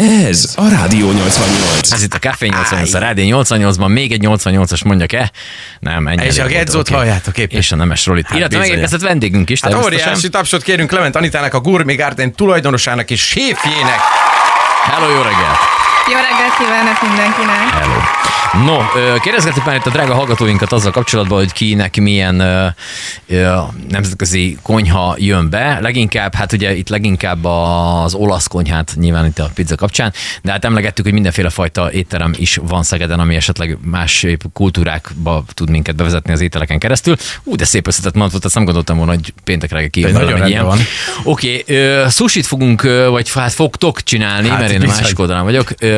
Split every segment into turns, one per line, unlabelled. Ez a Rádió 88.
Ez itt a Café 88, a Rádió 88-ban még egy 88-as mondjak -e? Nem, ennyi.
És
elég
a
volt,
gedzót
oké.
halljátok éppen.
És a nemes rolit. Hát Illetve
bizony.
megérkezett vendégünk is,
Hát
természetesen.
óriási tapsot kérünk Clement Anitának, a Gourmet Garden tulajdonosának és séfjének.
Hello, jó reggelt!
Jó reggelt kívánok mindenkinek!
Hello. No, ö, kérdezgetik már itt a drága hallgatóinkat azzal kapcsolatban, hogy kinek milyen ö, ö, nemzetközi konyha jön be. Leginkább, hát ugye itt leginkább az olasz konyhát nyilván itt a pizza kapcsán, de hát emlegettük, hogy mindenféle fajta étterem is van Szegeden, ami esetleg más kultúrákba tud minket bevezetni az ételeken keresztül. Ú, de szép összetett mondat volt, ezt nem gondoltam volna, hogy péntek reggel kijön
Nagyon
velem egy ilyen.
rendben van.
Oké, okay, sushit fogunk, ö, vagy hát fogtok csinálni,
Hát
mert én a
bizony.
másik oldalán vagyok. Ö,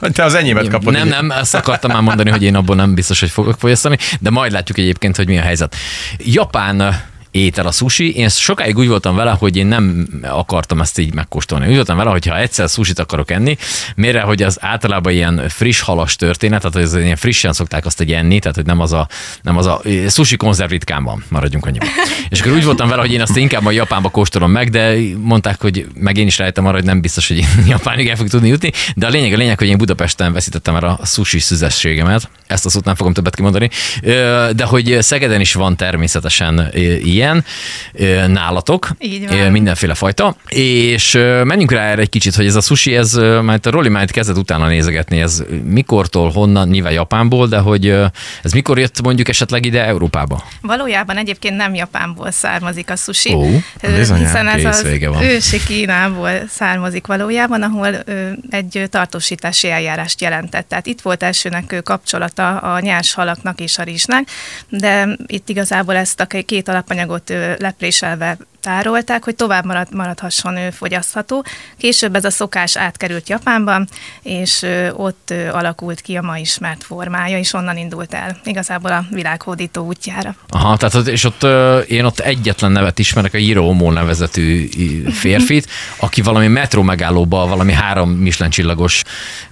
Hát Te az enyémet kapod.
nem,
így.
nem, ezt akartam már mondani, hogy én abból nem biztos, hogy fogok fogyasztani, de majd látjuk egyébként, hogy mi a helyzet. Japán étel a sushi. Én sokáig úgy voltam vele, hogy én nem akartam ezt így megkóstolni. Úgy voltam vele, hogy ha egyszer sushit akarok enni, mire, hogy az általában ilyen friss halas történet, tehát hogy ez ilyen frissen szokták azt egy enni, tehát hogy nem az a, nem az a sushi konzerv ritkán van, maradjunk annyiban. És akkor úgy voltam vele, hogy én azt inkább a Japánba kóstolom meg, de mondták, hogy meg én is rájöttem arra, hogy nem biztos, hogy én Japánig el fogok tudni jutni, de a lényeg a lényeg, hogy én Budapesten veszítettem el a sushi szüzességemet, ezt a szót nem fogom többet kimondani, Ö, de hogy Szegeden is van természetesen ö, ilyen ö, nálatok,
Így van.
Ö, mindenféle fajta, és ö, menjünk rá erre egy kicsit, hogy ez a sushi, ez, ö, mert a Roli már itt kezdett utána nézegetni, ez mikortól, honnan, nyilván Japánból, de hogy ö, ez mikor jött mondjuk esetleg ide Európába?
Valójában egyébként nem Japánból származik a sushi,
Ó,
ö,
bizonyám,
hiszen ez az
készvége van.
ősi Kínából származik valójában, ahol ö, egy ö, tartósítási eljárást jelentett. Tehát itt volt elsőnek ö, kapcsolata a nyers halaknak és a rizsnek, de itt igazából ezt a k- két alapanyagot ö, lepréselve tárolták, hogy tovább marad, maradhasson ő fogyasztható. Később ez a szokás átkerült Japánban, és ö, ott ö, alakult ki a ma ismert formája, és onnan indult el igazából a világhódító útjára.
Aha, tehát ott, és ott ö, én ott egyetlen nevet ismerek, a Jiro Omo nevezetű i- férfit, aki valami metró megállóban, valami három Michelin csillagos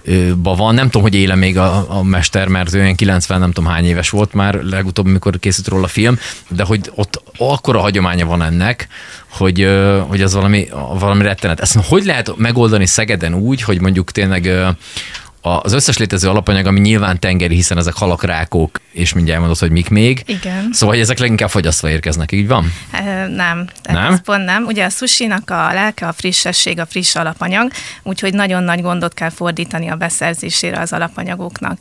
ö, ba van. Nem tudom, hogy éle még a, a mester, mert ő olyan 90 nem tudom hány éves volt már legutóbb, amikor készült róla a film, de hogy ott akkora hagyománya van ennek, hogy, ö, hogy az valami, valami rettenet. Ezt hogy lehet megoldani Szegeden úgy, hogy mondjuk tényleg ö, a- az összes létező alapanyag, ami nyilván tengeri, hiszen ezek halak, rákok, és mindjárt mondod, hogy mik még.
Igen.
Szóval hogy ezek leginkább fogyasztva érkeznek, így van?
Ö, Nem, tehát
Nem?
ez pont nem. Ugye a susinak a lelke, a frissesség, a friss alapanyag, úgyhogy nagyon nagy gondot kell fordítani a beszerzésére az alapanyagoknak.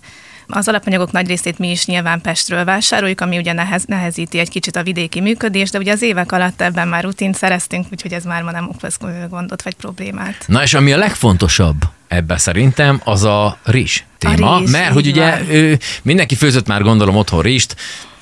Az alapanyagok nagy részét mi is nyilván Pestről vásároljuk, ami ugye nehez, nehezíti egy kicsit a vidéki működést, de ugye az évek alatt ebben már rutint szereztünk, úgyhogy ez már ma nem okoz gondot vagy problémát.
Na és ami a legfontosabb ebbe szerintem, az a rizs téma,
rizs,
mert hogy
így
ugye
van.
ő, mindenki főzött már gondolom otthon rizst,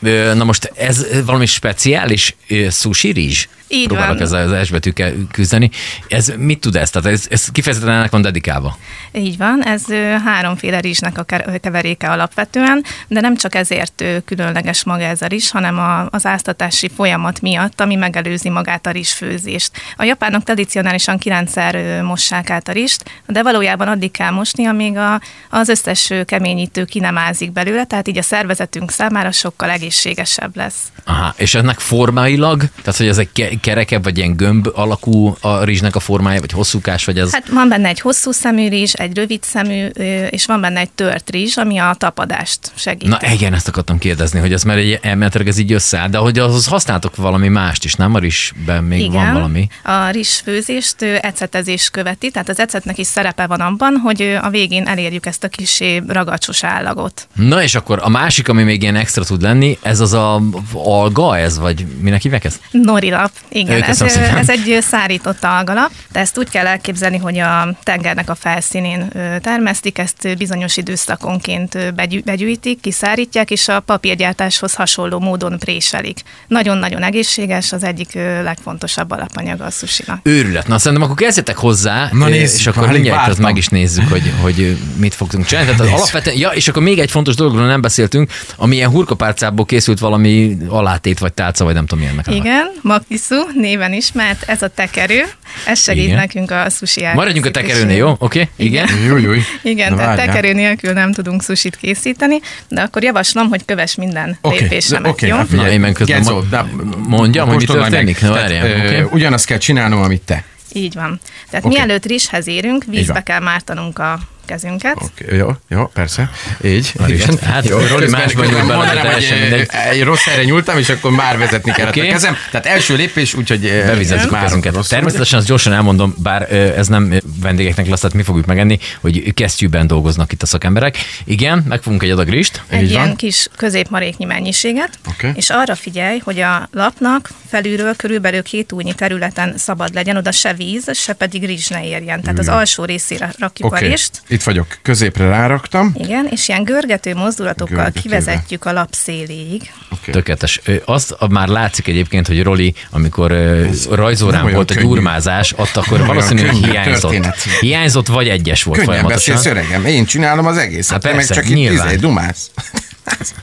Ö, Na most ez valami speciális ö, sushi rizs?
Így
Próbálok
van.
ezzel az S betűkkel küzdeni. Ez mit tud ez? Tehát ez, ez kifejezetten ennek van dedikálva.
Így van, ez ö, háromféle rizsnek a ke- ö, keveréke alapvetően, de nem csak ezért ö, különleges maga ez a rizs, hanem a, az áztatási folyamat miatt, ami megelőzi magát a rizsfőzést. A japánok tradicionálisan kilencszer ö, mossák át a rizst, de valójában addig kell mosni, amíg a, az összes ö, keményítő ki nem ázik belőle, tehát így a szervezetünk számára sokkal egészségesebb lesz.
Aha, és ennek formáilag, tehát hogy ez egy ke- kerekebb, vagy ilyen gömb alakú a rizsnek a formája, vagy hosszúkás, vagy ez...
Hát van benne egy hosszú szemű rizs, egy rövid szemű, ö, és van benne egy tört rizs, ami a tapadást segíti.
Na igen, ezt akartam kérdezni, hogy ez már egy elméletileg ez így összeáll, de hogy ahhoz használtok valami mást is, nem? A rizsben még Igen. van valami.
A rizsfőzést ö, ecetezés követi, tehát az ecetnek is szerepe van abban, hogy ö, a végén elérjük ezt a kisé ragacsos állagot.
Na és akkor a másik, ami még ilyen extra tud lenni, ez az a alga ez, vagy minek hívják ezt?
Norilap, igen,
Ö,
ez,
köszönöm
ö,
szépen.
ez egy ö, szárított algalap, de ezt úgy kell elképzelni, hogy a tengernek a felszínén ö, termesztik, ezt ö, bizonyos időszakonként ö, begyű- begyűjtik, kiszárítják, és a papírgyártáshoz hasonló módon préselik. Nagyon-nagyon egészséges, az egyik ö, legfontosabb alapanyaga a susinak.
Őrület. Na szerintem akkor kezdjetek hozzá,
Na,
ö,
nézzük,
és akkor
alig
mindjárt az
vártam.
meg is nézzük, hogy, hogy mit fogunk csinálni. Tehát az
Nézzük.
alapvetően, ja, és akkor még egy fontos dologról nem beszéltünk, ami ilyen hurkapárcából készült valami alátét, vagy tálca, vagy nem tudom milyennek. annak.
Igen, makisu néven ismert, ez a tekerő, ez segít
Igen.
Igen. nekünk a sushi
Maradjunk a tekerőnél, jó? Oké? Okay? Igen.
Júj, júj.
Igen,
Na,
Na, tehát
várjál.
tekerő nélkül nem tudunk susit készíteni, de akkor javaslom, hogy köves minden
Oké,
okay. lépésemet,
oké,
okay. jó?
hát
Na, én meg közben
Gecó,
ma-
de-
mondjam, hogy mi
Kóstold már meg.
történik? Na,
Tehát,
várjál,
ö,
oké.
Ugyanazt kell csinálnom, amit te.
Így van. Tehát
Oké.
okay. mielőtt rizshez érünk, vízbe
van.
kell mártanunk a kezünket. Okay.
Oké, jó, jó, persze. Így.
Na, igen. Hát,
Jó,
Robi,
Robi,
másban
közben
nyúl bele,
mondanám, hogy
teljesen
eh, egy rossz helyre nyúltam, és akkor már vezetni kellett
Oké.
a kezem. Tehát első lépés, úgyhogy eh,
Bevizezzük a kezünket.
rosszul
Természetesen azt gyorsan elmondom, bár ö, ez nem ö, vendégeknek lesz, tehát mi fogjuk megenni, hogy kesztyűben dolgoznak itt a szakemberek. Igen, megfogunk egy adag rist.
Egy
Így
ilyen
van.
kis középmaréknyi mennyiséget,
Oké.
és arra figyelj, hogy a lapnak felülről körülbelül két újnyi területen szabad legyen, oda se víz, se pedig rizs ne érjen. Tehát az alsó részére rakjuk
Hmm. Oké,
okay. a rist,
itt vagyok. Középre ráraktam.
igen, és ilyen görgető mozdulatokkal
Görgetővel.
kivezetjük a lap széléig.
Oké.
Tökéletes. Ö, Azt a- már látszik egyébként, hogy Roli, amikor ö,
nem
rajzórán
olyan
volt a
könnyű.
gyurmázás, ott akkor
olyan
valószínűleg
könnyű
hiányzott.
történet.
Hiányzott vagy egyes volt
Könnyen
folyamatosan.
beszélsz, öregem. Én csinálom az egészet.
Hát
te
persze,
meg csak itt
nyilván.
izé, dumálsz.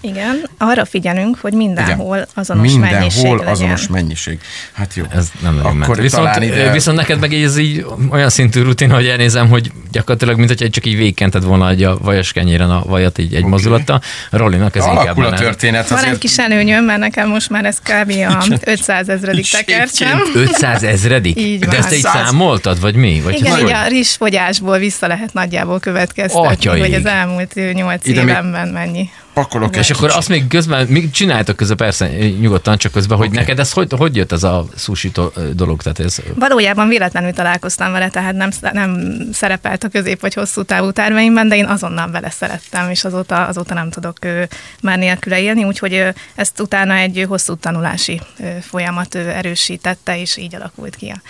Igen, arra figyelünk, hogy mindenhol azonos mennyiség
Mindenhol
legyen.
azonos mennyiség. Hát jó.
Ez nem nagyon ment.
Akkor
Viszont,
talán ide...
ide... viszont neked meg ez így olyan szintű rutin, hogy elnézem, hogy gyakorlatilag, mint hogy csak így végkented volna egy a vajas kenyéren a vajat így egy okay. mozdulattal. Rolinak ez inkább
Alakul a
nem.
történet.
Van egy
Hát azért-
kis előnyöm, mert nekem most már ez kb. a 500 ezredik tekercsem.
500 ezredik?
Így
De
van.
ezt te így
100.
számoltad, vagy mi? Vagy
Igen,
hogy-
ugye a rizs fogyásból vissza lehet nagyjából következtetni,
Atyaig.
hogy az elmúlt 8
Ide még-
évenben mennyi.
Pakolok
És
egy
akkor azt még közben, még csináltok közben persze nyugodtan, csak közben, hogy okay. neked ez hogy, hogy jött ez a sushi to- dolog? Tehát ez,
Valójában véletlenül találkoztam vele, tehát nem, nem szerepelt a közép vagy hosszú távú terveimben, de én azonnal vele szerettem, és azóta, azóta nem tudok ö, már nélküle élni, úgyhogy ö, ezt utána egy ö, hosszú tanulási ö, folyamat ö, erősítette, és így alakult ki a,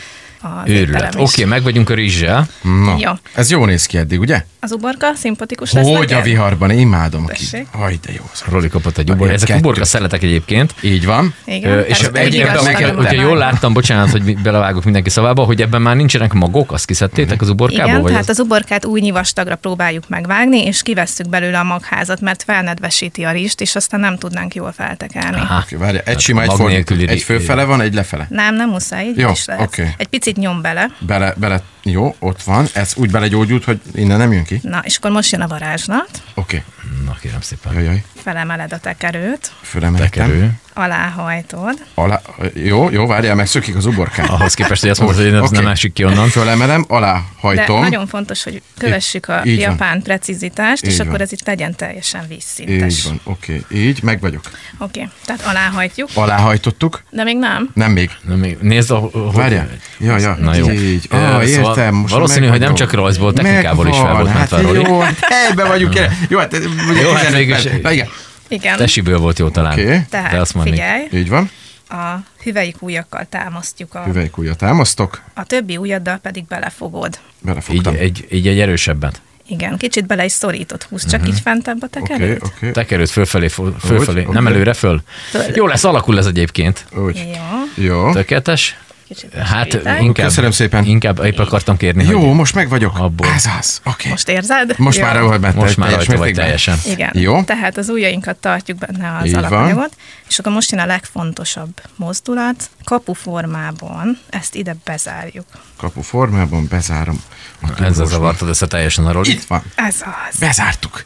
az
őrület. Oké,
étterem is.
okay, meg vagyunk a rizssel.
Na,
Jó.
ez jó néz ki eddig, ugye?
Az uborka szimpatikus lesz
Hogy
neked?
a viharban, imádom ki.
Tessék.
Aj, de jó. az.
Roli kapott egy uborka.
Ilyen
Ezek
kettő.
uborka szeletek egyébként.
Így van.
Igen,
Ö,
ez
és
pedig
ebben
egyébként
igazság
meg-
hogyha,
nem
hogyha
talál.
jól láttam, bocsánat, hogy mi- belevágok mindenki szavába, hogy ebben már nincsenek magok, azt
Mhm.
kiszedtétek az uborkából?
Igen,
vagy
tehát
az...
az uborkát újnyi vastagra próbáljuk megvágni, és kivesszük belőle a magházat, mert felnedvesíti a rist, és aztán nem tudnánk jól feltekerni.
Aha.
Oké, várj, egy
Tehát
sima,
hát a
egy
mag
fordító.
nélküli ri-
Egy főfele van, egy lefele.
Nem, nem muszáj, így
Jó,
is lehet.
oké.
Egy picit nyom bele.
Bele, bele, jó, ott van. Ez úgy belegyógyult, hogy innen nem jön ki.
Na, és akkor most jön a varázslat.
Oké.
Na, kérem szépen.
Jaj, jaj.
Felemeled a tekerőt,
Fölemeltem.
Tekerő.
aláhajtod.
Alá, jó, jó, várjál, megszökik az uborkát.
Ahhoz képest, hogy azt mondod, hogy ez
Oké.
nem esik ki onnan.
Fölemelem, alá
De
hajtom.
nagyon fontos, hogy kövessük a
Így van.
japán precizitást, és
Így
akkor
van.
ez itt legyen teljesen vízszintes.
Így van, oké. Így, meg vagyok.
Oké, tehát aláhajtjuk,
Aláhajtottuk.
de még nem.
Nem még.
Na, még Nézd, hogy...
Várjál. Ja, ja.
Na jó.
Így.
Ö,
Ah,
szóval
értem. most
valószínű,
megvan.
hogy nem csak rajzból, technikából is fel
Megvan,
volt
hát
mentve,
Jó, helyben vagyunk. kérem. Jó, hát ez ugye
Jó, hát
15
végül is-
perc. Na igen,
Igen.
Tesiből volt jó talán.
Oké.
Tehát
De azt mondni.
figyelj,
így van.
a hüvelyik ujjakkal támasztjuk a
Hüvelykújra támasztok.
A többi ujjaddal pedig belefogod.
Így
Belefogtam.
egy, így egy erősebbet.
Igen, kicsit bele is szorított, húz csak így fentebb a
Mhm. Oké,
tekerőt.
oké.
Tekerőt fölfelé, fo- fölfelé.
Úgy,
nem
oké.
előre, föl.
Föl.
Jó lesz, alakul ez egyébként.
Úgy.
Jó,
Jó.
Tökéletes.
kicsit
Hát
besűrítek.
inkább,
Köszönöm szépen.
Inkább épp akartam kérni,
Jó,
hogy
most meg vagyok.
Abból.
Ez az. Oké.
Most érzed?
Most
Jó.
már ahol bent
most már rajta vagy teljesen.
Igen.
Jó.
Tehát az ujjainkat tartjuk benne az
Így van.
alapanyagot, és akkor most jön a legfontosabb mozdulat. Kapu formában ezt ide bezárjuk.
Kapu formában bezárom. a
Ezzel
túlróst.
zavartad össze teljesen arról.
Itt van.
Ez az.
Bezártuk.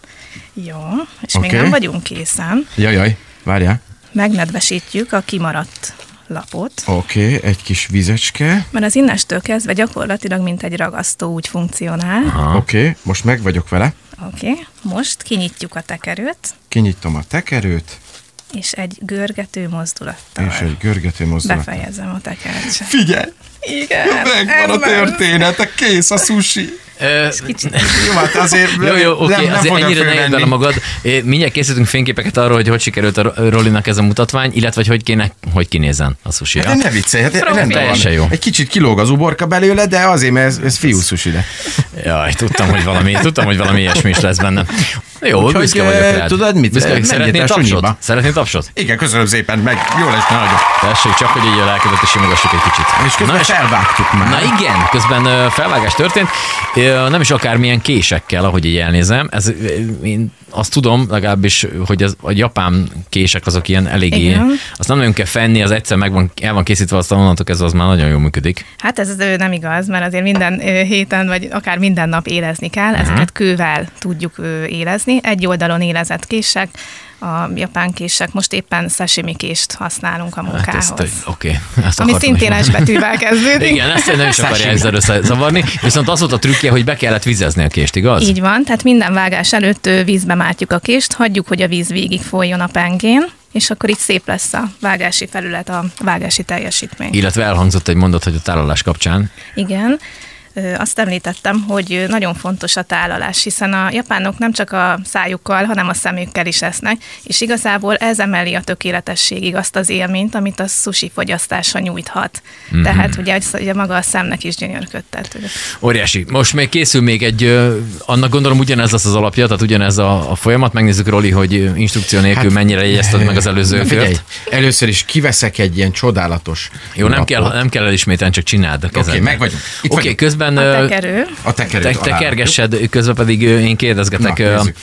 Jó, és még
Oké.
nem vagyunk készen.
Jajaj, várjál.
Megnedvesítjük a kimaradt lapot.
Oké, egy kis vizecske.
Mert az innestől kezdve gyakorlatilag, mint egy ragasztó úgy funkcionál.
Aha.
Oké, most meg vagyok vele.
Oké, okay. most kinyitjuk a tekerőt,
Kinyitom a tekerőt,
és egy görgető mozdulattal
és egy görgető mozdulat.
befejezem a tekercset.
Figyelj!
Igen,
Megvan a
ez
történet, a kész a sushi.
Ö,
Kicsit
Jó, hát azért
Jó, jó, oké, okay, azért
fogja
ennyire ne érd
fölvenni.
bele magad. É, Mindjárt készítünk fényképeket arról, hogy hogy sikerült a Ro- Rolinak ez a mutatvány, illetve hogy hogy kéne, hogy kinézzen a sushi
De ne viccelj, hát
Próbálj.
rendben
Teljesen
van.
jó.
Jó. Egy kicsit kilóg az uborka belőle, de azért, mert ez, ez fiú sushi de.
Jaj, tudtam, hogy valami, tudtam, hogy valami ilyesmi is lesz benne. Jó,
Úgyhogy,
büszke
eh,
vagyok rád.
tudod mit?
Büszke vagyok.
Eh,
Szeretnél
menjetek
tapsot?
sunyiba.
Szeretnél tapsot?
Igen, köszönöm szépen, meg jó lesz nagyon.
Tessék, csak hogy így a lelkedet is simogassuk egy kicsit.
És közben felvágtuk már.
Na igen, közben ö, felvágás történt, Ö, nem is akármilyen késekkel, ahogy így elnézem. Ez, ö, én azt tudom legalábbis, hogy ez, a japán kések azok ilyen eléggé,
Igen.
azt nem nagyon kell fenni, az egyszer meg van, el van készítve, aztán onnantól ez az már nagyon jól működik.
Hát ez az ő nem igaz, mert azért minden ö, héten, vagy akár minden
Mhm.
nap élezni kell, ezeket kővel tudjuk ö, élezni. Egy oldalon élezett kések, a japán kések. Most éppen sashimi kést használunk a
Hát
munkához.
ezt, ö, oké. ezt
ami
akartam is
szintén
mondani.
S betűvel kezdődik.
Igen, ezt én nem is akarja ezzel összezavarni, viszont az volt a trükkje, hogy be kellett vizezni a kést, igaz?
Így van, tehát minden vágás előtt ö, vízbe mártjuk a kést, hagyjuk, hogy a víz végig folyjon a pengén, és akkor így szép lesz a vágási felület, a vágási teljesítmény.
Illetve elhangzott egy mondat, hogy a tálalás kapcsán.
Igen. Ö, Azt említettem, hogy ö, nagyon fontos a tálalás, hiszen a japánok nem csak a szájukkal, hanem a szemükkel is esznek, és igazából ez emeli a tökéletességig azt az élményt, amit a sushi fogyasztása nyújthat. Mm-hmm. Tehát ugye, hogy ugye maga a szemnek is gyönyörködtető.
Óriási. Most még készül még egy, ö, annak gondolom ugyanez lesz az alapja, tehát ugyanez a, a folyamat. Megnézzük, Roli, hogy ö, instrukció nélkül hát, mennyire jegyezted meg az előző
Na, figyelj,
kört.
először is kiveszek egy ilyen csodálatos
Jó, nem
lapot.
kell, nem kell elismételni, csak csináld a
Oké,
kezed.
meg vagyunk. Itt
Oké,
vagyunk.
közben
A
ö,
tekerő.
A tekerőt
te, te
alá
kergessed, közben pedig ö, én kérdezgetek.
Na,
ö,
nézzük.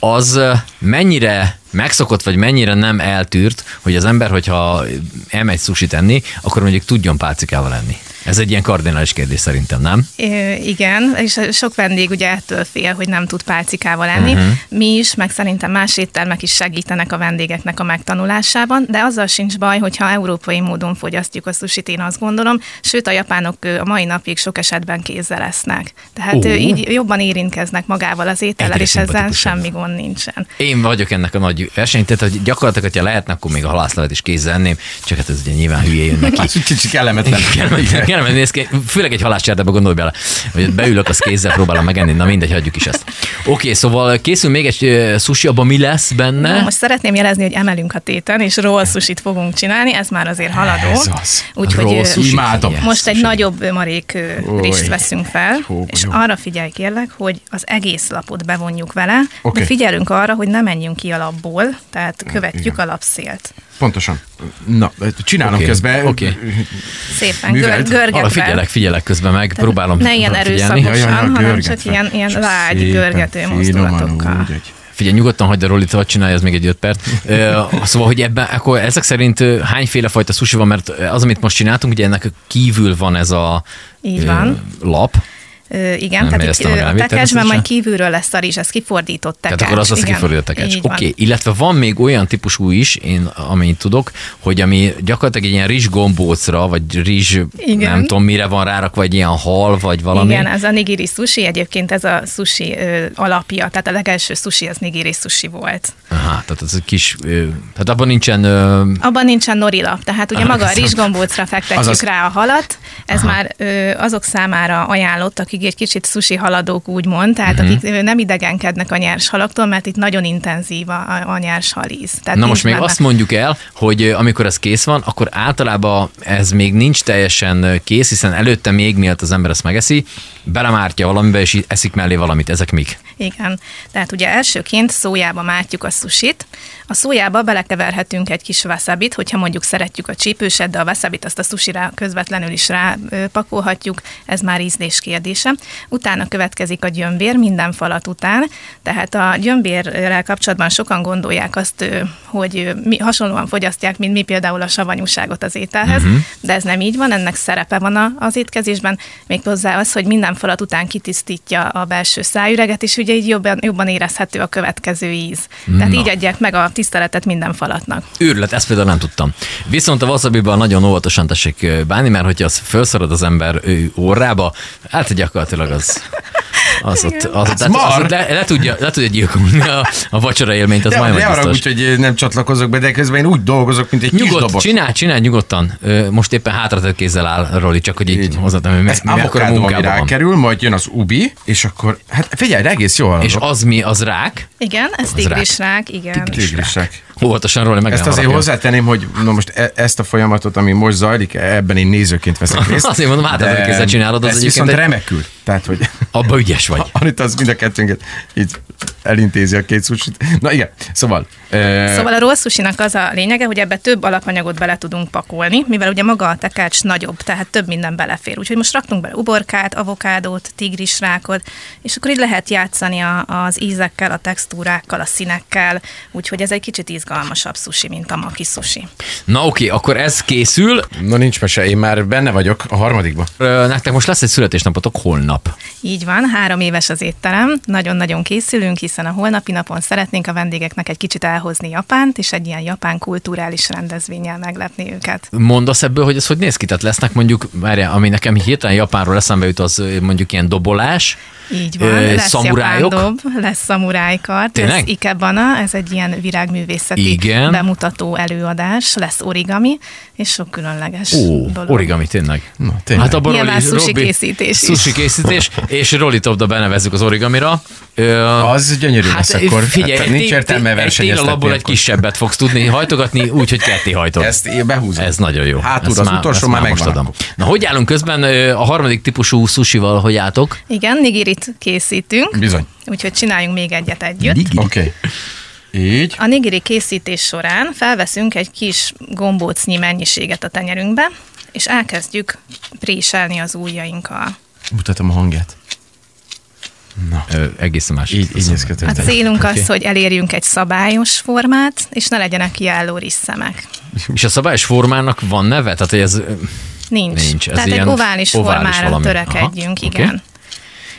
az ö, mennyire megszokott, vagy mennyire nem eltűrt, hogy az ember, hogyha elmegy sushit enni, akkor mondjuk tudjon pálcikával enni. Ez egy ilyen kardinális kérdés szerintem, nem?
Ö, Igen, és sok vendég ugye ettől fél, hogy nem tud pálcikával lenni.
Mhm.
Uh-huh. Mi is, meg szerintem más éttermek is segítenek a vendégeknek a megtanulásában, de azzal sincs baj, hogyha európai módon fogyasztjuk a sushit, én azt gondolom. Sőt, a japánok ö, a mai napig sok esetben kézzel esznek. Tehát uh. így jobban érintkeznek magával az étellel,
Egyre
és ezzel
szimpatikusabb.
semmi gond nincsen.
Én vagyok ennek a nagy versenyt, tehát hogy gyakorlatilag, hogyha lehetne, akkor még a halászlevet is kézzel enném, csak hát ez ugye nyilván hülye jön neki.
Kicsit kicsit kellemetlen.
Kellemetlen- Kellemetlen néz ki, főleg egy halászcsárdába gondolj bele, hogy ott beülök, az kézzel próbálom megenni, na mindegy, hagyjuk is ezt. Oké, szóval készül még egy ö, sushi, abban mi lesz
Na,
benne?
most szeretném jelezni, hogy emelünk a téten, és roll sushit fogunk csinálni, ez már azért haladó.
Ez az.
Úgyhogy
Roll
ö,
sushi,
Imádom.
figyelj.
Most egy nagyobb ö, marék ö,
Oly.
rist veszünk fel,
Hú,
és
jó.
arra figyelj kérlek, hogy az egész lapot bevonjuk vele,
Oké.
de figyelünk arra, hogy ne menjünk ki a lapból,
Hm,
tehát követjük a lapszélt.
Pontosan. Na, csinálom
Oké,
közben.
oké.
Szépen gör,
Művelt?
görgetve.
Arra figyelek, figyelek közben meg, próbálom
ne ilyen
figyelni.
erőszakosan,
Jaj, jaj, jaj,
hanem csak
görgetve.
ilyen, ilyen
Csak
lágy,
szépen,
görgető
finoman,
mozdulatokkal.
úgy, hogy-
Figyelj, nyugodtan hagyd a rolit, hadd csinálja ez még egy öt perc. Ö, Szóval, hogy ebben, akkor ezek szerint ö, hányféle fajta sushi van, mert az, amit most csináltunk, ugye ennek kívül van ez a
Így
ö,
van.
lap.
Ö, igen,
Nem
tehát itt
éreztem a
ö, a
rávét
tekercsben majd
természetesen.
kívülről lesz a rizs, ez kifordított tekercs.
Tehát akkor az lesz
igen.
kifordított tekercs.
Így
Oké,
van.
okay. illetve van még olyan típusú is, én amennyit tudok, hogy ami gyakorlatilag egy ilyen rizs gombócra, vagy rizs,
Igen.
nem tudom mire van rárakva, egy ilyen hal, vagy valami.
Igen, ez a nigiri sushi, egyébként ez a sushi ö, alapja, tehát a legelső sushi az nigiri sushi volt.
Aha, tehát ez egy kis, ö, tehát abban nincsen ö,
Abban nincsen norilap, tehát ugye
Ah,
maga a
köszönöm.
rizsgombócra fektetjük
Azaz.
rá a halat, ez már ö, azok számára ajánlott, akik egy kicsit sushi haladók úgymond, tehát
Mhm.
uh-huh. akik ö, nem idegenkednek a nyers halaktól, mert itt nagyon intenzív a, a- a nyers halíz. Tehát
Na
Hát nincs
most még
benne-
azt mondjuk el, hogy ö, amikor ez kész van, akkor általában ez még nincs teljesen ö, kész, hiszen előtte még mielőtt az ember ezt megeszi, belemártja valamibe, és í- eszik mellé valamit. Ezek mik?
Igen. Tehát ugye elsőként szójába mártjuk a susit. A szójába belekeverhetünk egy kis wasabit, hogyha mondjuk szeretjük a csípőset, de a wasabit azt a susira közvetlenül is rápakolhatjuk, ez már ízlés kérdése. Utána következik a gyömbér minden falat után, tehát a gyömbérrel kapcsolatban sokan gondolják azt, ö, hogy ö, mi hasonlóan fogyasztják, mint mi például a savanyúságot az ételhez,
Mhm.
uh-huh. de ez nem így van, ennek szerepe van a- az étkezésben, méghozzá az, hogy minden falat után kitisztítja a belső szájüreget, és ugye így jobban, jobban érezhető a következő íz. Tehát így adják meg a tiszteletet minden falatnak.
Őrület, ezt például nem tudtam. Viszont a wasabiban nagyon óvatosan tessék ö, bánni, mert hogyha azt felszorod az ember ő orrába, hát gyakorlatilag az... Az ott, az, ott,
Az
tehát az
mar.
ott le, le, tudja, le tudja gyilkolni a, a vacsora élményt, az
De,
majdnem
de arra
biztos.
úgy, hogy nem csatlakozok be, de közben én úgy dolgozok, mint egy kis
Nyugodt,
dobos.
csinál, csinál nyugodtan. Ö, Most éppen hátratett kézzel áll Roli, csak hogy így, így. hozzátom, hogy mi,
Ez
mi mekkora
avokádó, ami
munkában van.
rákerül, majd jön az ubi, és akkor, hát figyelj, egész jól
És
hallok.
az mi, az rák?
Igen, ez
rák.
tigrisrák, igen.
Tigrisek.
Óvatosan róla meg
Ezt
nem
azért
harapja.
hozzátenném, hogy na most e- ezt a folyamatot, ami most zajlik, ebben én nézőként veszek részt.
Azért mondom, hát,
de
azért kézzel csinálod, az
ez
egyébként
viszont
egy-
remekül. Tehát, hogy
Abba ügyes vagy.
Anita az mind a kettőnket így elintézi a két susit. Na igen, szóval. E-
Szóval a roll sushi-nak az a lényege, hogy ebbe több alapanyagot bele tudunk pakolni, mivel ugye maga a tekercs nagyobb, tehát több minden belefér. Úgyhogy most raktunk bele uborkát, avokádót, tigrisrákot, és akkor így lehet játszani a, az ízekkel, a textúrákkal, a színekkel, úgyhogy ez egy kicsit izgalmasabb sushi, mint a maki sushi.
Na oké, akkor ez készül.
Na nincs mese, én már benne vagyok a harmadikban.
Ö, Nektek most lesz egy születésnapotok holnap.
Így van, három éves az étterem, nagyon-nagyon készülünk, hiszen a holnapi napon szeretnénk a vendégeknek egy kicsit elhozni Japánt, és egy ilyen japán kulturális rendezvényel meglepni őket.
Mondasz ebből, hogy ez hogy néz ki? Tehát lesznek mondjuk, várjál, ami nekem hirtelen Japánról eszembe jut, az ö, mondjuk ilyen dobolás.
Így van,
Ö,
lesz
szamurájok?
japán dob, lesz szamurájkart, lesz
Tényleg?
ikebana, ez egy ilyen virágművészeti
Igen.
bemutató előadás, lesz origami, és sok különleges
Ó,
dolog.
origami, tényleg.
Na, tényleg.
Hát abban
Nyilván
Roli,
sushi
Robi,
készítés is.
Sushi készítés, és Roli Topda benevezzük az origamira. Ö,
Az gyönyörű lesz akkor.
Figyelj,
Hát nincs
té-
értelme
té- Egy
versenyeztetni
télalapból egy
akkor.
kisebbet fogsz tudni hajtogatni, úgy, hogy ketté hajtod.
Ezt én behúzom.
Ez nagyon jó.
Hátul
Ezt
az utolsó
ezt
már
most
megvan.
adom. Na, hogy állunk közben ö, a harmadik típusú sushival, hogy álltok?
Igen, nigirit készítünk,
Bizony.
úgyhogy csináljunk még egyet együtt.
Oké. Így.
A nigiri készítés során felveszünk egy kis gombócnyi mennyiséget a tenyerünkbe, és elkezdjük préselni az ujjainkkal.
Mutatom a hangját.
Ö, egészen más.
Így, így néz ki a
A
történet.
célunk az, hogy elérjünk egy szabályos formát, és ne legyenek kiálló részszemek.
És a szabályos formának van neve? Tehát, hogy ez,
Nincs.
Nincs, ez
Tehát egy
ilyen
ovális,
ovális
formára
valami. Aha,
törekedjünk,
oké.
igen.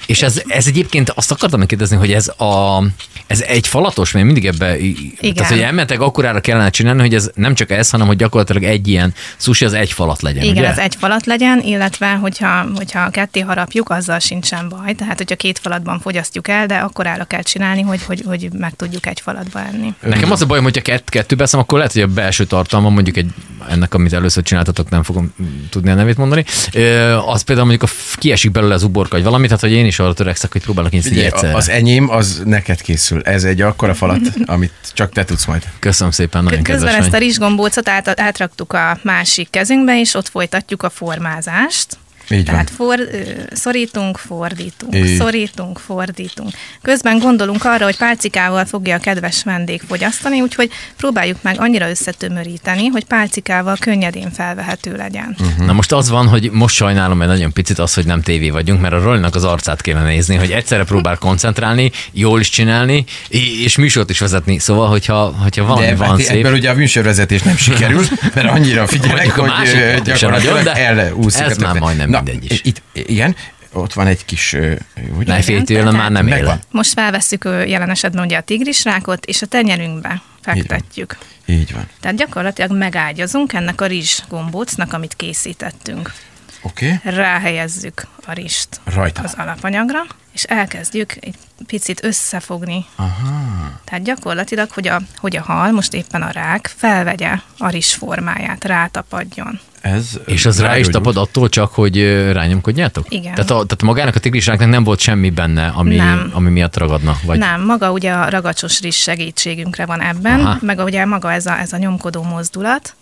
és ez, ez egyébként azt akartam megkérdezni, hogy ez, a, ez egy falatos, mert mindig ebbe, Igen. tehát hogy elmentek, akkorára kellene csinálni, hogy ez nem csak ez, hanem hogy gyakorlatilag egy ilyen sushi az egy falat legyen,
Igen,
ugye?
az egy falat legyen, illetve hogyha, hogyha ketté harapjuk, azzal sincsen baj. Tehát, hogyha két falatban fogyasztjuk el, de akkor ára kell csinálni, hogy, hogy, hogy meg tudjuk egy falatba enni.
Nekem az a bajom, hogyha kett, kettőbe eszem, akkor lehet, hogy a belső tartalma, mondjuk egy, ennek, amit először csináltatok, nem fogom mm, tudni a nevét mondani, Ö, az például mondjuk a, f- kiesik belőle az uborka, vagy valami, tehát hogy én is arra törekszek, hogy próbálok én
Figyelj,
egyszerre.
e-
az enyém, az neked készül. Ez egy akkora falat, amit csak te tudsz majd.
Köszönöm szépen, nagyon
Közben
kedves
ezt a
vagy.
rizsgombócot át, átraktuk a másik kezünkbe, és ott folytatjuk a formázást.
Így
Tehát
van.
for, ö, szorítunk, fordítunk,
Így.
Így. szorítunk, fordítunk. Közben gondolunk arra, hogy pálcikával fogja a kedves vendég fogyasztani, úgyhogy próbáljuk meg annyira összetömöríteni, hogy pálcikával könnyedén felvehető legyen.
Na most az van, hogy most sajnálom egy nagyon picit az, hogy nem tévé vagyunk, mert a Rollinak az arcát kéne nézni, hogy egyszerre próbál koncentrálni, jól is csinálni, i- és műsort is vezetni. Szóval, hogyha, hogyha valami
De
van
hát
szép,
ebből ugye a műsorvezetés nem sikerül, mert annyira figyelek,
Mondjuk a
hogy
másik
ö,
kettő se nagyon,
gyakorlatilag
de
elúszik. a
ez már
többi.
majdnem
Na,
mindegy is.
Itt, igen, ott van egy kis... ö, Hogy
ne féltél,
tehát
már nem él.
megvan.
Most felvesszük ö, jelen esetben ugye a tigrisrákot, és a tenyerünkbe fektetjük.
Így van.
Tehát gyakorlatilag megágyazunk ennek a rizs gombócnak, amit készítettünk.
Oké. Okay.
Ráhelyezzük a rist
Rajta.
az alapanyagra, és elkezdjük egy picit összefogni. Aha. Tehát gyakorlatilag, hogy a, hogy a hal, most éppen a rák, felvegye a rizs formáját, rátapadjon.
Ez
És az rá is
rágyógyult.
tapad attól csak, hogy ö, rányomkodjátok?
Igen.
Tehát, a, tehát magának a tigrisráknak nem volt semmi benne, ami,
Nem.
ami miatt ragadna? Vagy
Nem, maga ugye a ragacsos rizs segítségünkre van ebben,
Aha.
Aha. meg ugye maga ez a, ez a nyomkodó mozdulat,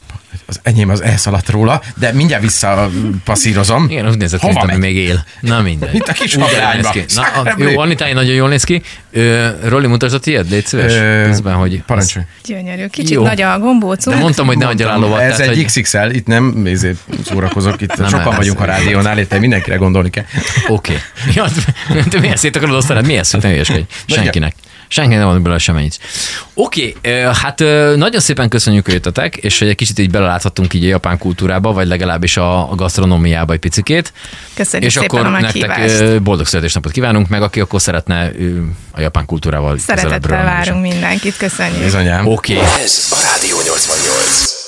Az enyém az elszaladt róla, de mindjárt visszapasszírozom.
Igen, úgy nézett ki,
Hova
mint ami
megy?
még él. Na mindegy.
Mint a kis
Úgy
hableányba.
néz ki. Na, a,
Szereplő.
jó, Anitái nagyon jól néz ki. Ö, Roli, mutasd a tiéd, légy szíves.
Ö,
Közben, hogy...
Parancsolj.
Gyönyörű. Kicsit
Jó.
Jó. nagy a gombócunk.
De mondtam, hogy ne adj el a lovat.
Ez
tehát,
egy
hogy-
XXL, itt nem ezért szórakozok, itt
Nem,
nem, sokan
ez-
vagyunk a rádiónál, itt mindenkire gondolni kell.
Oké. Ja, te milyen szét akarod osztanod? Mi Hát ezt? Ne hülyeskedj.
igen.
Senkinek. Senkinek nem van belőle semennyit. Oké, ö, hát ö, nagyon szépen köszönjük, hogy jöttetek, és hogy egy kicsit így beleláthattunk így a japán kultúrába, vagy legalábbis a a gasztronómiába egy picikét.
Köszönjük
és
szépen
akkor
a
nektek
meghívást.
ö, boldog születésnapot kívánunk, meg aki akkor szeretne ö, a japán kultúrával közelebbről
Szeretettel
rendelkezni.
várunk mindenkit, köszönjük.
Bizonyám.
Oké.
Ez a Rádió 88.